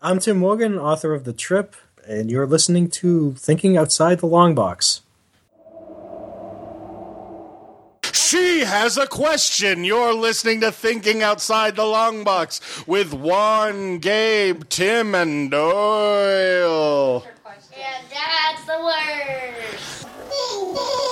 I'm Tim Morgan, author of The Trip, and you're listening to Thinking Outside the Long Box. She has a question. You're listening to Thinking Outside the Long Box with Juan, Gabe, Tim, and Doyle. Yeah, that's the worst.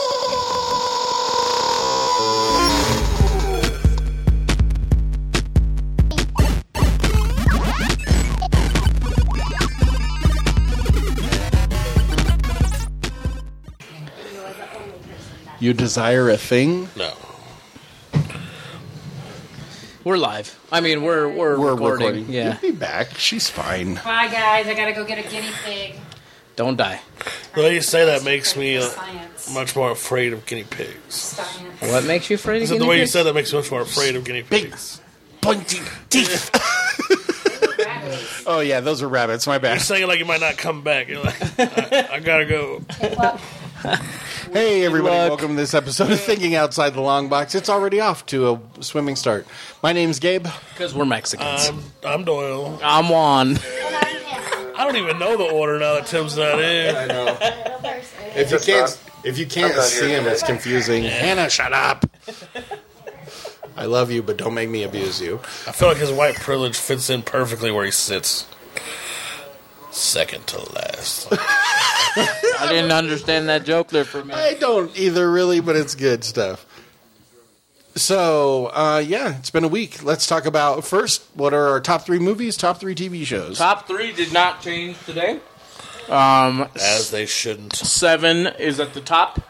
You desire a thing? No. We're live. I mean, we're we're, recording. Yeah. You'll be back. She's fine. Bye, guys. I gotta go get a guinea pig. Don't die. The way you say that makes me uh, Science. much more afraid of guinea pigs. Science. What makes you afraid of Is it the way you guinea said that makes me much more afraid of guinea pigs? Pointy teeth. oh, yeah, those are rabbits. My You're bad. saying it like you might not come back. You're like, I, I gotta go. Hey, everybody. luck. Welcome to this episode of Thinking Outside the Long Box. It's already off to a swimming start. My name's Gabe. Because we're Mexicans. I'm, I'm Doyle. I'm on. I don't even know the order now that Tim's not in. If you can't, if you can't see him, it's confusing. Hannah, shut up. I love you, but don't make me abuse you. I feel like his white privilege fits in perfectly where he sits. Second to last. I didn't understand that joke there for a minute. I don't either, really, but it's good stuff. So, uh, yeah, it's been a week. Let's talk about first what are our top three movies, top three TV shows. Top three did not change today. Um, As they shouldn't. seven is at the top.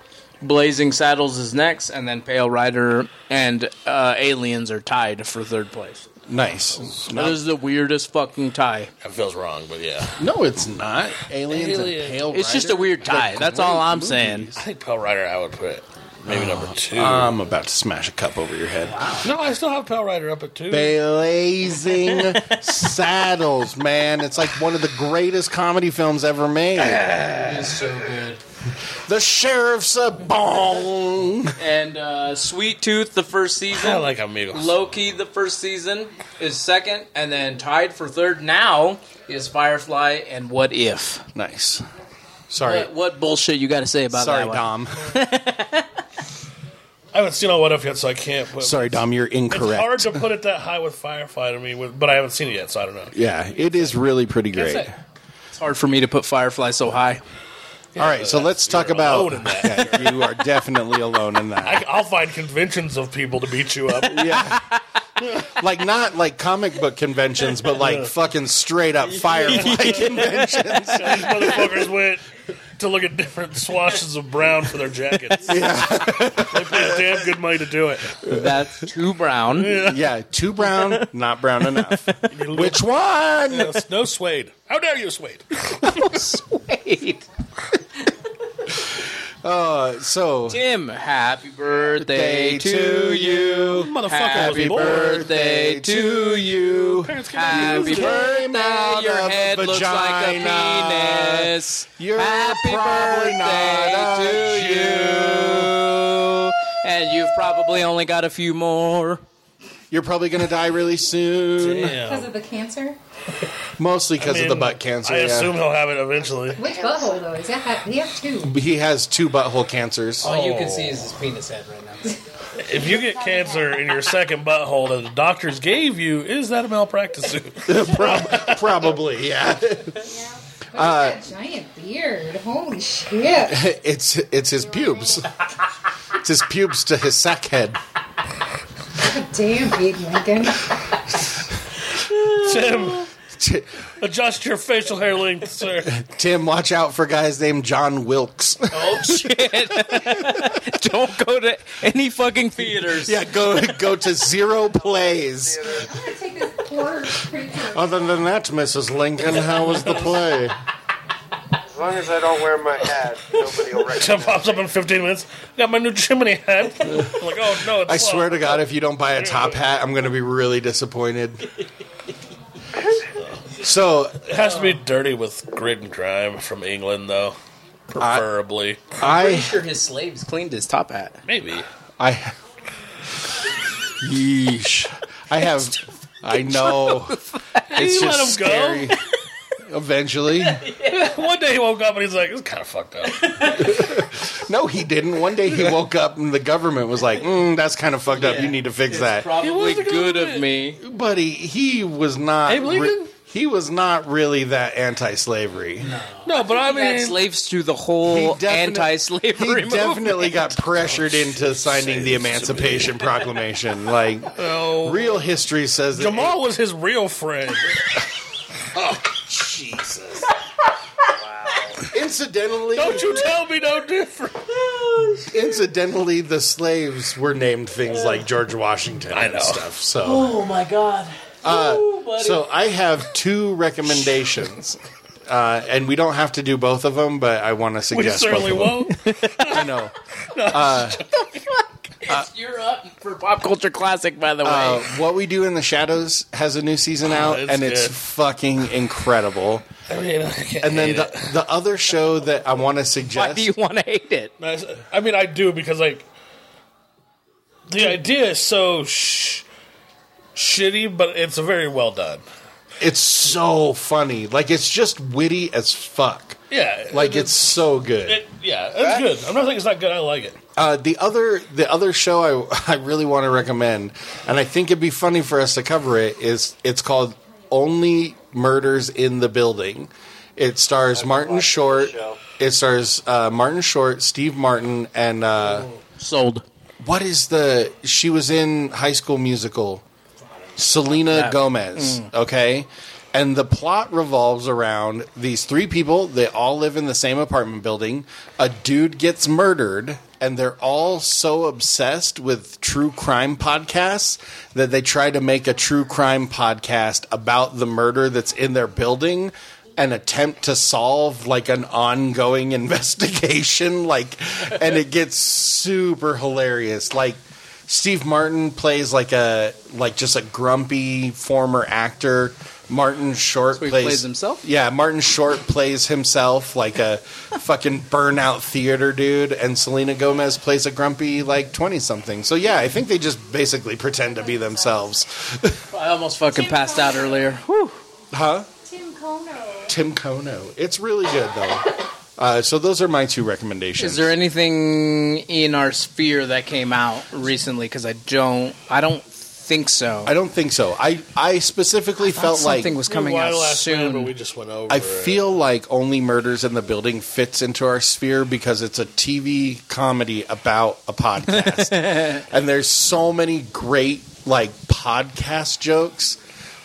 Blazing Saddles is next, and then Pale Rider and uh, Aliens are tied for third place. Nice. That is the weirdest fucking tie. That feels wrong, but yeah. No, it's not. Aliens Alien. and Pale It's just a Rider? weird tie. That's all I'm saying. I think Pell Rider I would put maybe number two. I'm about to smash a cup over your head. no, I still have Pell Rider up at two. Blazing Saddles, man. It's like one of the greatest comedy films ever made. It's so good. The Sheriff's a Bong. And uh, Sweet Tooth, the first season. I like Amigos. Loki, the first season, is second, and then tied for third now is Firefly and What If. Nice. Sorry. What, what bullshit you got to say about Sorry, that one? Dom. I haven't seen all what if yet, so I can't. But Sorry, Dom, you're It's hard incorrect. to put it that high with Firefly to me, with, but I haven't seen it yet, so I don't know. Yeah, it is really pretty That's great. it. It's hard for me to put Firefly so high. All right, so let's talk about. alone in that. Yeah, you are definitely alone in that. I, I'll find conventions of people to beat you up. Yeah. Like not like comic book conventions, but like fucking straight up firefly conventions. These motherfuckers went to look at different swashes of brown for their jackets. they paid damn good money to do it. That's too brown. Yeah, too brown, not brown enough. Which one? No, no suede. How dare you suede? Sweet. So Tim, happy day birthday to you. Motherfucker Happy was born. birthday to you. Parents can Happy use it. birthday. Came out Your of head a looks like a vagina. penis. You're Happy probably not a birthday to you. And you've probably only got a few more. You're probably gonna die really soon, Damn. Because of the cancer? mostly because of the I mean, butt cancer. I yeah. assume he'll have it eventually. Which butthole though? Is that you have two? he has two butthole cancers. Oh, All you can see is his penis head right now. If you get cancer in your second butthole that the doctors gave you, is that a malpractice suit? Prob- probably, yeah. Uh, that giant beard. Holy shit! It's it's his pubes. It's his pubes to his sack head. Damn, big Lincoln. Tim, T- adjust your facial hair length, sir. Tim, watch out for guys named John Wilkes. Oh shit! Don't go to any fucking theaters. yeah, go go to zero plays. I'm gonna take this poor creature. Other than that, Mrs. Lincoln, how was the play? As long as I don't wear my hat, nobody will Tim recognize pops up in 15 minutes. Got my new Jiminy hat. I'm like, oh no, it's I swear locked. to God, if you don't buy a top hat, I'm going to be really disappointed. So It has to be dirty with grit and grime from England, though. Preferably. I sure his slaves cleaned his top hat. Maybe. I yeesh. I have. I know. It's you just let him scary. Eventually. One day he woke up and he's like, "It's kind of fucked up." No, he didn't. One day he woke up and the government was like, mm, that's kind of fucked up. You need to fix that. Probably was a good of me. Buddy, he was not. Abe Lincoln? he was not really that anti-slavery. No, but I He had mean, slaves through the He whole definite- anti-slavery He movement. definitely got pressured into signing the Emancipation Proclamation. Like, no. real history says that Jamal was his real friend. incidentally, Don't you tell me no different. incidentally, the slaves were named things like George Washington I know. and stuff. So, oh my god. Uh, so I have two recommendations. Uh, and we don't have to do both of them, but I want to We suggest both certainly of them. won't. I know. You're up for pop culture classic, by the way. Uh, what we do in the shadows has a new season out, it's and it's Oh, good. fucking incredible. I mean, I can't And then hate the, it. the other show that I want to Why suggest, do you want to hate it? I- I mean, I do because like the idea is so sh- shitty, but it's very well done. it's so funny. Like it's just witty as fuck. Yeah, Like it's so good. it, yeah, it's good. I'm not saying it's not good. I like it. Uh, the other the other show I I really want to recommend, and I think it'd be funny for us to cover it. Is it's called Only Murders in the Building. It stars Martin Short. show. It stars uh, Martin Short, Steve Martin, and. Uh, Sold. what is the she was in high school musical selena gomez okay and the plot revolves around these three people they all live in the same apartment building a dude gets murdered and they're all so obsessed with true crime podcasts that they try to make a true crime podcast about the murder that's in their building and attempt to solve like an ongoing investigation like and it gets super hilarious like steve martin plays like a like just a grumpy former actor martin short he plays, plays himself? yeah martin short plays himself like a fucking burnout theater dude and selena gomez plays a grumpy like 20 something so yeah i think they just basically pretend to be themselves I almost fucking passed out earlier. Whew. huh Tim Kono. Tim Kono. It's really good though. Uh, so those are my two recommendations. Is there anything in our sphere that came out recently? Because I don't, I don't think so. I don't think so. I I specifically felt like something was coming Why out last night, but soon. we just went over. I it. feel like only murders in the building fits into our sphere because it's a TV comedy about a podcast, and there's so many great like podcast jokes.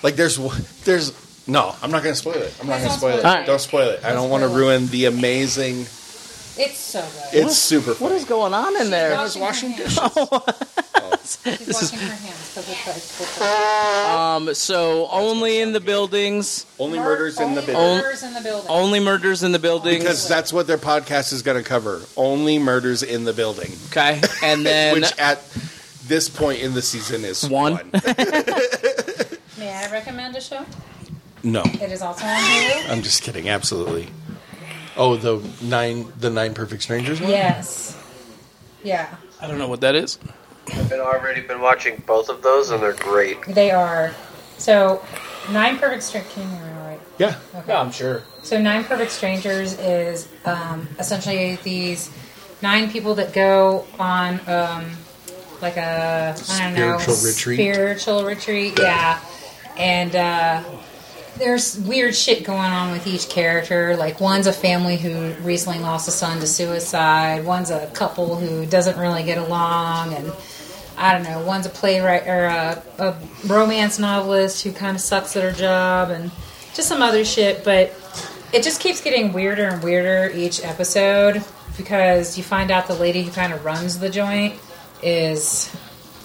Like there's one- there's no, I'm not gonna spoil it. I'm not Please gonna don't spoil it. spoil it. Don't spoil it. I don't want to spoil it. ruin the amazing. It's so good. It's super. what funny. is going on in there? Oh. She's washing her hands. She's washing her hands. Double check, double check. Um, so only in the buildings, only murders in Oh. the Only building? Murders in the building. only murders in the buildings. Because that's what their podcast is going to cover. Only murders in the building, okay, and then which at this point in the season is One. one. May I recommend a show? no, It is also on Hulu. I'm just kidding. Absolutely. Oh, the nine, the nine perfect strangers one. Yes. Yeah, I don't know what that is. I've been already been watching both of those, and they're great. they are. So, Nine Perfect Strangers. Can you remember right? Yeah. Okay. I'm sure. So, Nine Perfect Strangers is um, essentially these nine people that go on um, like a I don't know Spiritual retreat. Spiritual retreat, yeah. And uh, there's weird shit going on with each character. Like one's a family who recently lost a son to suicide. One's a couple who doesn't really get along, and I don't know. One's a playwright or a, a romance novelist who kind of sucks at her job, and just some other shit. But it just keeps getting weirder and weirder each episode because you find out the lady who kind of runs the joint is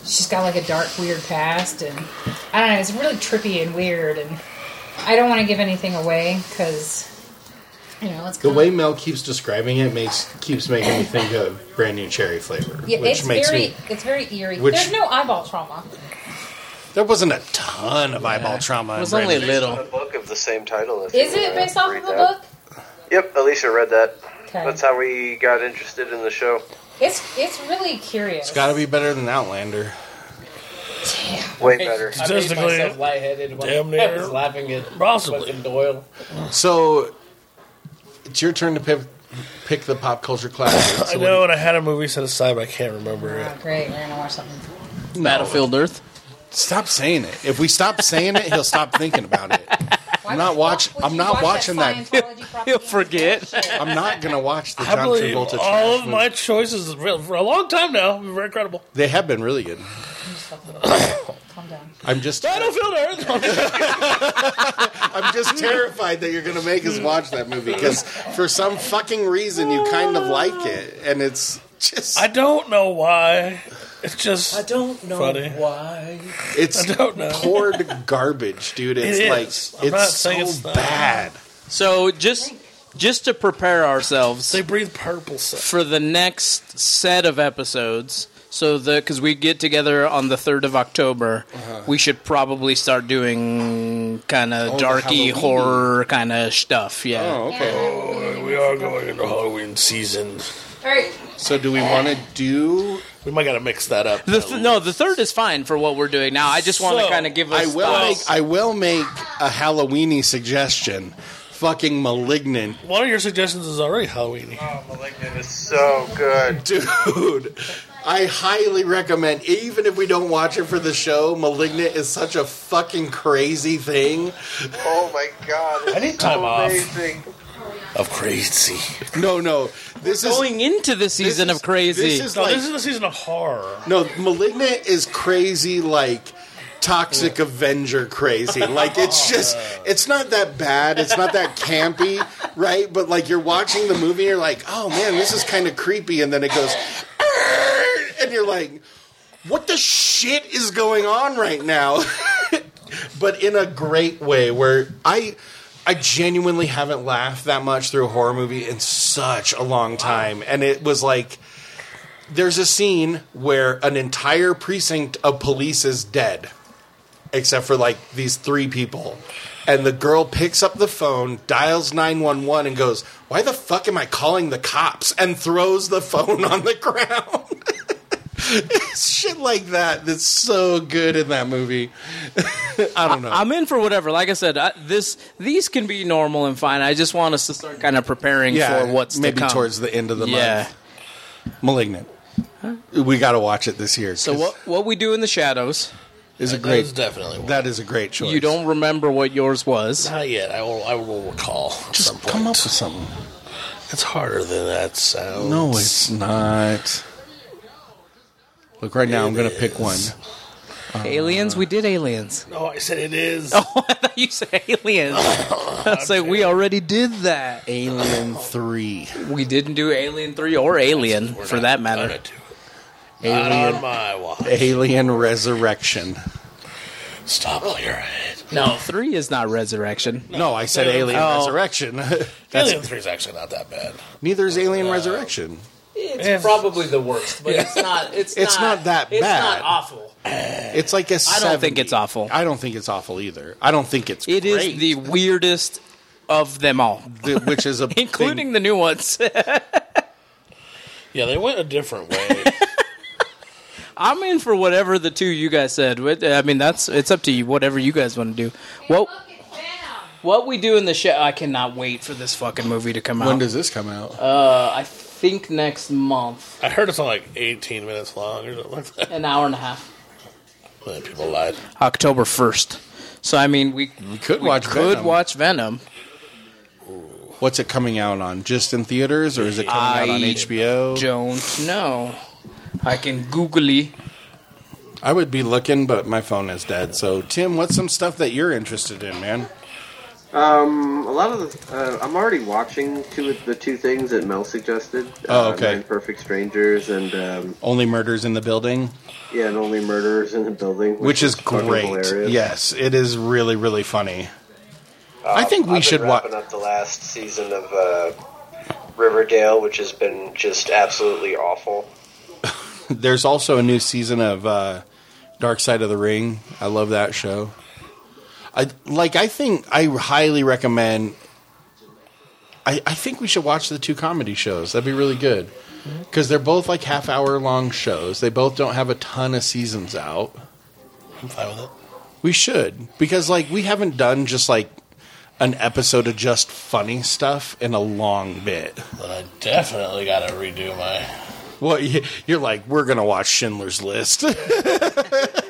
she's got like a dark, weird past, and I don't know. It's really trippy and weird, and I don't want to give anything away because you know it's The kinda- way Mel keeps describing it makes keeps making me think of brand new cherry flavor, yeah, which it's makes very me. it's very eerie. which- There's no eyeball trauma. There wasn't a ton of eyeball trauma. It in was only a Brand New- A little. book of the same title. if Is you it wanna based off read of a that. book? Yep, Alicia read that. Okay. That's how we got interested in the show. It's it's really curious. It's got to be better than Outlander. Damn. Way I better. made Statistically, myself lightheaded when damn I near was laughing at possibly. fucking Doyle. So it's your turn to pick, pick the pop culture classic. I know, and I had a movie set aside, but I can't remember it. Oh, great, we're gonna watch something. Battlefield Earth. Stop saying it. If we stop saying it, he'll stop thinking about it. Why I'm not would- why watch- would I'm you not watch watching that. Scientology propaganda forget. shit? I'm not gonna watch the I John believe Travolta. all trash of movie. my choices for for a long time now. Very incredible. They have been really good. Calm down. I'm just Battlefield Earth. I'm just terrified that you're gonna make us watch that movie because for some fucking reason you kind of like it and it's just I don't know why. It's just don't know Funny. why. it's I don't know. poured garbage, dude. It's is. like I'm not it's so saying it's not. bad. So just just to prepare ourselves they breathe purple stuff. for the next set of episodes, so the because we get together on the third of October, we should probably start doing kind of Uh-huh. Oh, the darky Halloween. horror kind of stuff. Yeah. Oh, okay. We are going into Halloween season. All right, So do we want to do? We might gotta mix that up. The th- no, the third is fine for what we're doing now. I just want to So, kind of give us. I will thoughts. make I will make a Halloweeny suggestion. Fucking malignant, One of your suggestions is already Halloween. Oh, Malignant is so good. dude. I highly recommend, even if we don't watch it for the show, Malignant is such a fucking crazy thing. Oh my god. I need time off. amazing. Of crazy. No, no, this is going into the season is- of crazy. This is No, like this is the season of horror. no, malignant is crazy like toxic avenger crazy. Like it's just it's not that bad. It's not that campy, right? But like you're watching the movie, and you're like, oh man, this is kind of creepy, and then it goes, "Arr!" and you're like, what the shit is going on right now? but in a great way, where I. I genuinely haven't laughed that much through a horror movie in such a long time. And it was like, there's a scene where an entire precinct of police is dead except for like these three people and the girl picks up the phone dials 911 and goes why the fuck am i calling the cops and throws the phone on the ground it's shit like that that's so good in that movie i don't know I'm in for whatever. Like I said, I, this these can be normal and fine. I just want us to start kind of preparing for what's maybe to come. towards the end of the yeah. month malignant we got to watch it this year So what what we do in the shadows? is a That is great definitely one. that is a great choice You don't remember what yours was. Not yet. I will. I will recall. At some point. come up with something It's harder than that sounds. No, it's not. Look, right now, I'm going to pick one. aliens. We did aliens. No, I said it is. Oh, I thought you said aliens. I was like, we already did that. Alien 3. We didn't do Alien Three or Alien for that matter. Not on my watch. Alien Resurrection. Stop while you're ahead. No, three is not resurrection. No, I said Alien Oh. Resurrection. Alien Three is actually not that bad. Neither is Uh, Alien Resurrection. It's Yes. probably the worst, but it's not. It's, It's not that It's bad. not awful. It's like a I don't think it's awful. I don't think it's awful either. I don't think it's It is great, the weirdest of them all, th- which is a including thing- the new ones. Yeah, they went a different way. I'm in for whatever the two you guys said. What- I mean, that's it's up to you. Whatever you guys want to do. What Look, it's Venom. what we do in the show? I cannot wait for this fucking movie to come out. When does this come out? uh, I think next month, I heard it's only like 18 minutes long or something like that. an hour and a half, Well, People lied. October first. So I mean, we we could we watch could Venom. watch Venom. What's it coming out on? Just in theaters, or is it coming out on I HBO? Don't know. I can googly. I would be looking, but my phone is dead. So, Tim, what's some stuff that you're interested in, man? Um, a lot of the, uh, I'm already watching two of the two things that Mel suggested. Oh, uh, okay. Nine Perfect Strangers and um, Only Murders in the Building, yeah, and Only Murderers in the Building, which is fucking great. hilarious. Yes, it is really, really funny. I think we Uh, I've should been watch. wrapping up the last season of uh, Riverdale, which has been just absolutely awful. There's also a new season of uh, Dark Side of the Ring. I love that show. I like. I think I highly recommend. I, I think we should watch the two comedy shows. That'd be really good because they're both like half hour long shows. They both don't have a ton of seasons out. I'm fine with it. We should because like we haven't done just like an episode of just funny stuff in a long bit. But I definitely got to redo my. Well, you- you're like we're gonna watch Schindler's List.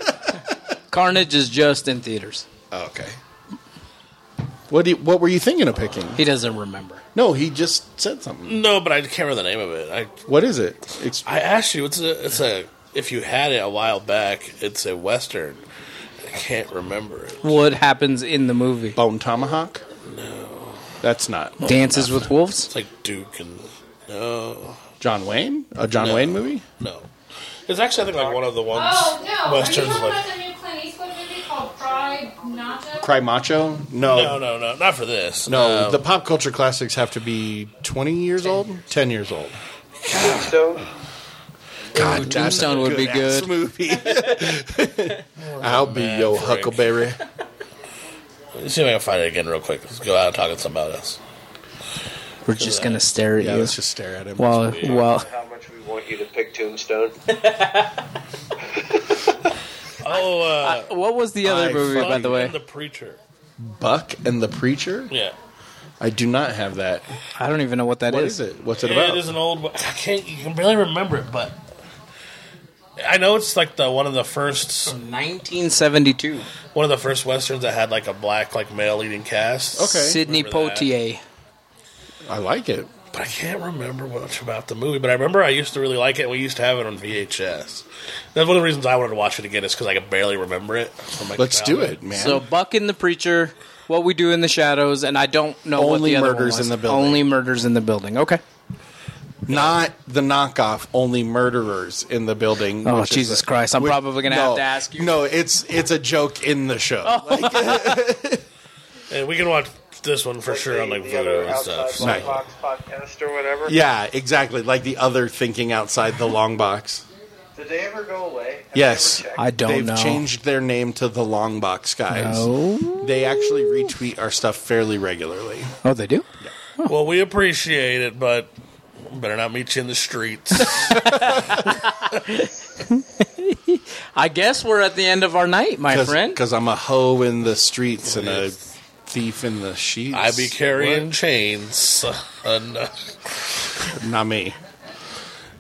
Carnage is just in theaters. Oh, okay. What do you, what were you thinking of picking? He doesn't remember. No, he just said something. No, but I can't remember the name of it. I What is it? It's, I asked you, it's a, it's a, if you had it a while back, it's a western. I can't remember it. What happens in the movie? Bone Tomahawk. No, That's not Dances with Wolves? it's like Duke and no, John Wayne. A John No. Wayne movie. no. It's actually I think like one of the ones Oh no! Are you westerns talking like. about the new Clint Eastwood movie called Pride Nacho? Cry Macho. No, No, no, no, not for this. No, Um, the pop culture classics have to be 20 years old, 10 years old. Tombstone. Ooh, Tombstone would be good. movie. I'll be yo Frick. Huckleberry. Let's Uh, see if I can find it again real quick. Let's go out and talk to somebody else. We're just gonna stare at Yeah, you. let's just stare at him. While while How much we want you to pick Tombstone? Oh, uh, what was the other I movie by Buck the way? and the preacher. Buck and the Preacher. Yeah, I do not have that. I don't even know what that is. What is it? What's it Yeah, about? it is an old. one. I can't. You can barely remember it, but I know it's like the one of the first 1972. one of the first westerns that had like a black like male leading cast. Okay. Sidney Remember that. Poitier. I like it. But I can't remember much about the movie. But I remember I used to really like it. We used to have it on VHS. That's one of the reasons I wanted to watch it again is because I could barely remember it. "Oh, From my Let's do childhood. it, man. So Buck and the Preacher, What We Do in the Shadows, and I don't know what Only the other one Murders in was. the Building. Only murders in the building. Okay. not the knockoff, only murderers in the building. Oh, which is Jesus a- Christ, I'm which- probably gonna have to ask you. Oh. No, it's it's a joke in the show. And we can watch this one for sure on like the other Voodoo and outside stuff. Right. Black Box podcast or whatever. Yeah, exactly. Like the other thinking outside the long box. Did they ever go away? Have Yes. they ever checked? I don't They've know. changed their name to the Long Box guys. No. They actually retweet our stuff fairly regularly. Oh, they do. Well, we appreciate it, but better not meet you in the streets. I guess we're at the end of our night, my friend. Because I'm a hoe in the streets and a thief in the sheets. I be carrying chains. Uh, no. What? Not me.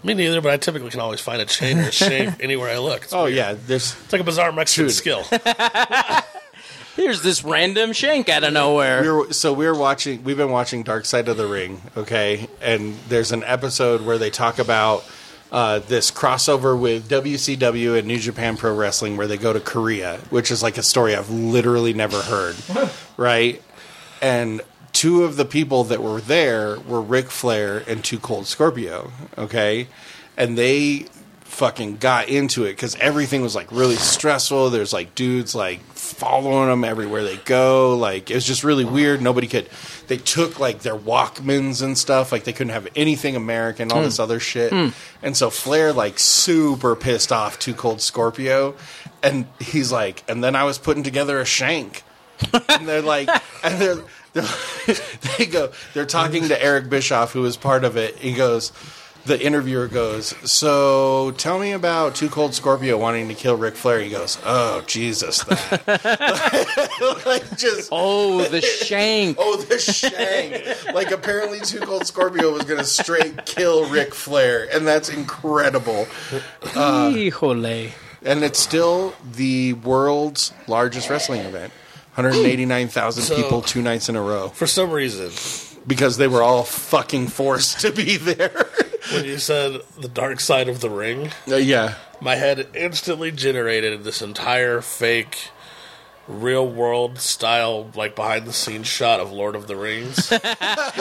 Me neither, but I typically can always find a chain or a shape anywhere I look. It's, Oh, yeah. There's it's like a bizarre Mexican Dude. skill. Here's this random shank out of nowhere. we were, so we are watching we've been watching dark side of the ring okay and there's an episode where they talk about uh, this crossover with WCW and New Japan Pro Wrestling where they go to Korea which is like a story I've literally never heard right and two of the people that were there were Ric Flair and Two Cold Scorpio okay and they fucking got into it because everything was like really stressful. There's like dudes like following them everywhere they go. Like it was just really weird. Nobody could. They took like their Walkmans and stuff. Like they couldn't have anything American. All this other shit. And so Flair like super pissed off Too Cold Scorpio, and he's like, and then I was putting together a shank and they're like, and they're, they're they go, they're talking to Eric Bischoff, who was part of it. He goes, the interviewer goes, so tell me about Too Cold Scorpio wanting to kill Ric Flair. He goes, oh Jesus, that like just. Oh, the shank. Oh, the shank! like apparently, Too Cold Scorpio was gonna straight kill Ric Flair, and that's incredible. Uh, Híjole. And it's still the world's largest wrestling event. 189,000 people two nights in a row. For some reason, because they were all fucking forced to be there. when you said the dark side of the ring, Uh, yeah. my head instantly generated this entire fake real world style like behind the scenes shot of Lord of the Rings with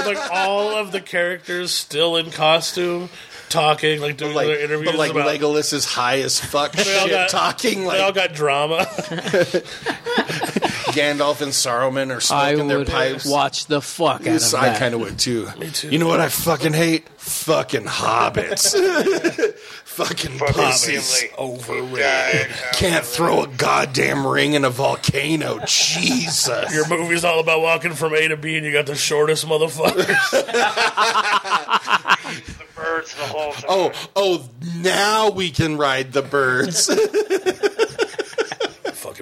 like all of the characters still in costume talking like doing Like, their interviews but like about Legolas is high as fuck shit got- talking they all like got drama Gandalf and Saruman are I smoking their would pipes. watch the fuck out Yes, of I that. kind of would too. Me too. You know what I fucking hate? Fucking hobbits. fucking pussies. Obviously. overrated Died. Can't throw a goddamn ring in a volcano. Jesus. your movie's all about walking from A to B and you got the shortest motherfucker The birds the whole time. oh, oh, now we can ride the birds. fuck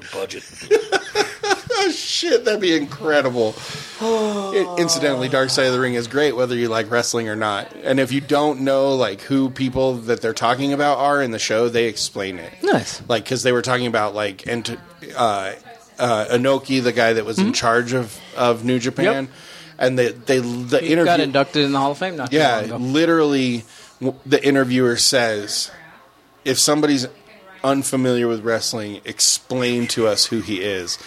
shit, that'd be incredible. I- Incidentally, Dark Side of the Ring is great whether you like wrestling or not. And if you don't know like who people that they're talking about are in the show, they explain it. Nice. Like cuz they were talking about like and uh uh Inoki, the guy that was in charge of of New Japan. And they they the He interview got inducted in the Hall of Fame. Not too yeah, long ago. literally, w- the interviewer says, if somebody's unfamiliar with wrestling, explain to us who he is.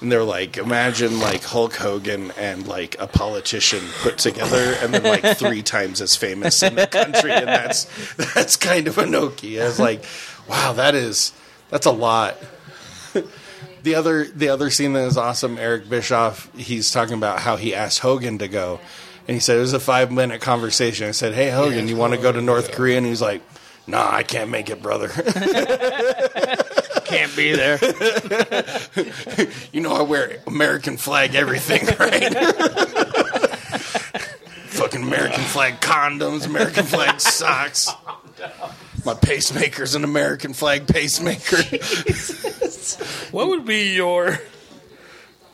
And they're like, imagine like Hulk Hogan and like a politician put together, and then like three times as famous in the country, and that's that's kind of Anoki. I was like, wow, that is that's a lot. The other the other scene that is awesome, Eric Bischoff, he's talking about how he asked Hogan to go. And he said it was a five minute conversation. I said, Hey Hogan, you want to go to North Korea? And he's like, Nah, I can't make it, brother. can't be there. you know I wear American flag everything, right? Fucking American flag condoms, American flag socks. My pacemaker's an American flag pacemaker. What would be your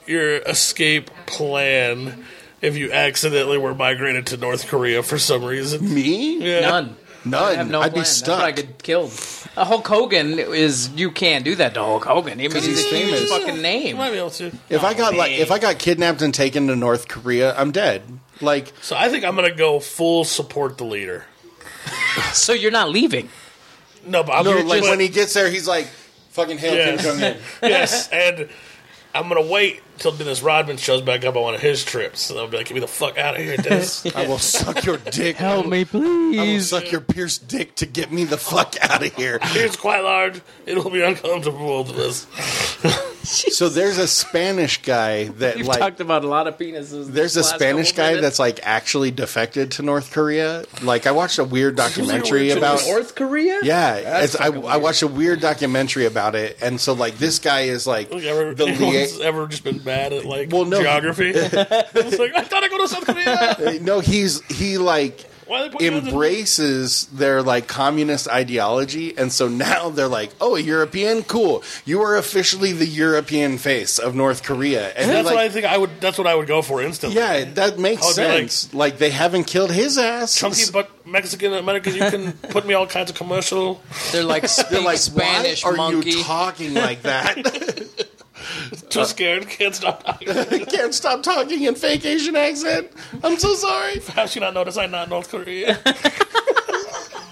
your escape plan if you accidentally were migrated to North Korea for some reason? Me? Yeah. None. None. I have no I'd plan. be That's what I stuck. get killed. Uh, Hulk Hogan is you can't do that to Hulk Hogan. I mean, 'Cause he's, he's a huge famous. fucking You name. might be able to. If I Oh, got like if I got kidnapped and taken to North Korea, I'm dead. Like So I think I'm gonna go full support the leader. So you're not leaving. No, but I'm No, gonna like but- when he gets there, he's like, "Fucking hell, Yes. Kim Jong Un." yes, and I'm gonna wait till Dennis Rodman shows back up on one of his trips. So I'll be like, "Get me the fuck out of here, Dennis." I will suck your dick. me, I will please. suck your pierced dick to get me the fuck out of here. It's quite large. It will be uncomfortable for this. so there's a Spanish guy that You've like. talked about a lot of penises. there's a Spanish guy that's like actually defected to North Korea. Like I watched a weird documentary about North Korea. Yeah, it's, I, I watched a weird documentary about it, and so like this guy is like Like, ever, the anyone's lia- ever just been bad at like Well, no. geography? it's like I thought I go to South Korea. no, he's he like Why they put you on the- embraces their like communist ideology, and so now they're like, oh, a European, cool. You are officially the European face of North Korea, and That's like, what I think I would. That's what I would go for instantly. yeah, that makes I'll be like- sense. Like, they haven't killed his ass. Chunky but Mexican American, you can put me all kinds of commercial. They're like, They're speak like, Spanish why are monkey. you talking like that? Uh, Too scared, can't stop. I can't stop talking in fake Asian accent. I'm so sorry. How she not notice I'm not North Korea?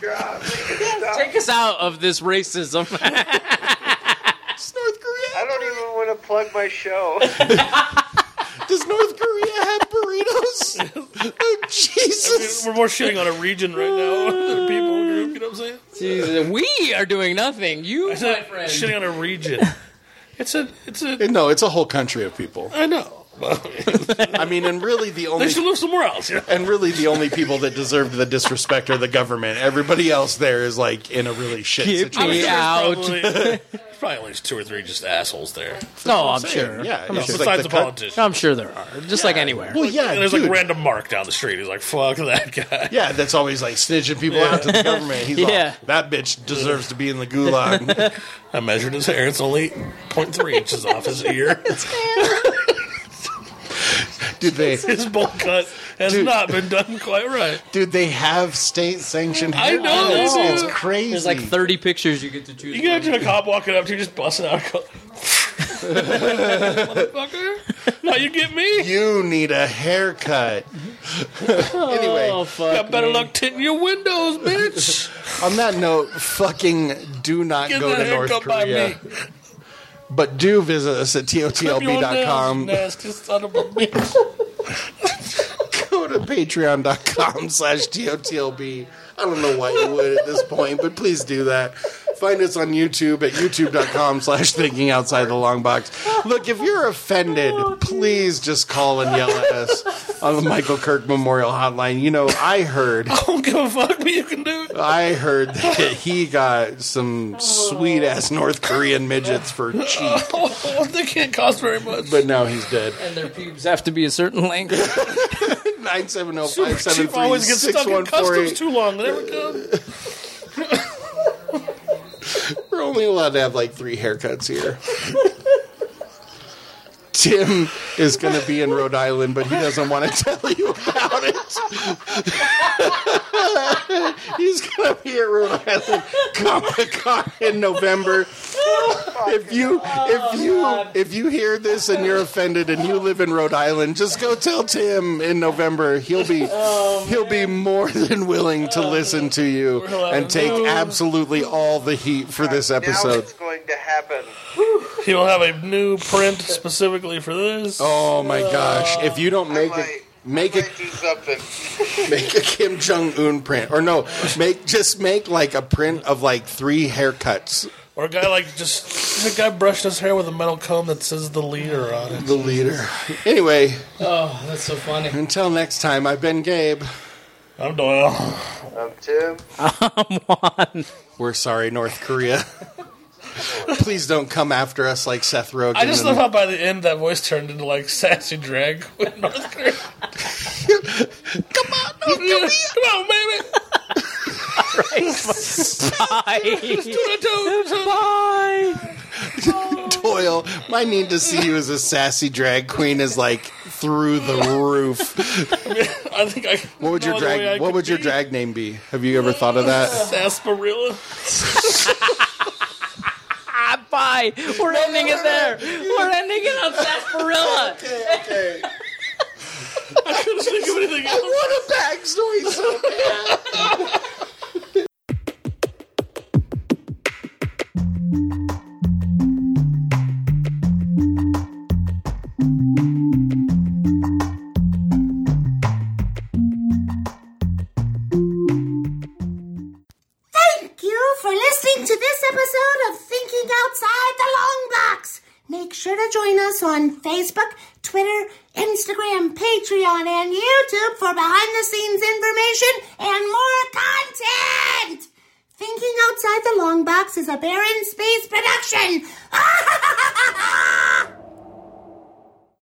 Take us out of this racism. It's North Korea. I don't even want to plug my show. Does North Korea have burritos? oh Jesus! We're more shitting on a region right now than a people group. You know what I'm saying? Jesus, we are doing nothing. You, my Shitting- friend. Shitting on a region. It's a. It's a. No, it's a whole country of people. I know. I mean, and really the They only should live somewhere else. You know? and really the only people that deserve the disrespect are the government. Everybody else there is like in a really shit Give situation. me out. Probably, there's probably at least two or three just assholes there. No, I'm Same, sure. Yeah, I'm it's sure. like Besides the the, cut- politicians. I'm sure there are. Just like anywhere. Well, yeah, And there's dude. like random Mark down the street. He's like, "Fuck that guy." Yeah, that's always like snitching people out to the government. He's Yeah. like, that bitch deserves to be in the gulag. I measured his hair; it's only 0.3 inches off his ear. Did they? His bowl cut has Dude. not been done quite right. Dude, they have state sanctioned. I know they do. it's crazy. There's like 30 pictures you get to choose. You can imagine a cop walking up to you, just busting out. a co- Motherfucker! How you get me? you need a haircut. anyway, Oh, fuck. Got better luck tinting your windows, bitch. On that note, fucking do not Get go that to North haircut by me. Korea. But do visit us at Clip your nails, you totlb.com. Nasty son of a bitch. Go to patreon.com slash totlb. I don't know why you would at this point, but please do that. Find us on YouTube at youtube.com slash thinking outside the long box. Look, if you're offended, please just call and yell at us on the Michael Kirk Memorial Hotline. You know, I heard I don't give a fuck, but you can do it. I heard that he got some sweet ass North Korean midgets for cheap. Oh, they can't cost very much. But now he's dead. And their pubes have to be a certain length. 970 Chief always gets stuck in customs too long. They never come. We're only allowed to have like three haircuts here. Tim is going to be in Rhode Island, but he doesn't want to tell you about it. He's going to be at Rhode Island Comic Con in November. If you if you if you hear this and you're offended and you live in Rhode Island, just go tell Tim in November. He'll be he'll be more than willing to listen to you and take absolutely all the heat for this Now episode. it's going to happen. He'll have a new print specifically for this. Oh my gosh! If you don't make it, make it Do something. make a Kim Jong Un print, or no, make just make like a print of like three haircuts. Or a guy like just a guy brushed his hair with a metal comb that says the leader on it. The leader. Anyway, Oh, that's so funny. until next time, I've been Gabe. I'm Doyle. I'm Um, Tim. I'm Juan. We're sorry, North Korea. Please don't come after us like Seth Rogen. I just and- love how by the end that voice turned into like sassy drag queen North Korea. come on, North Korea. Come on, baby. Bye. Doyle, my need to see you as a sassy drag queen is like through the roof. I think I. What would your no other way I drag? What could would your be. drag name be? Have you ever thought of that? Sarsaparilla. Ah, bye. We're ending it there. We're ending it on sarsaparilla. okay. I couldn't think of anything else. want a backstory so bad. Thank you for listening to this episode of Thinking Outside the Long Box. Make sure to join us on Facebook, Twitter, Instagram, Patreon, and YouTube for behind the scenes information and more content. Thinking Outside the Long Box is a Barren Space production. Ah!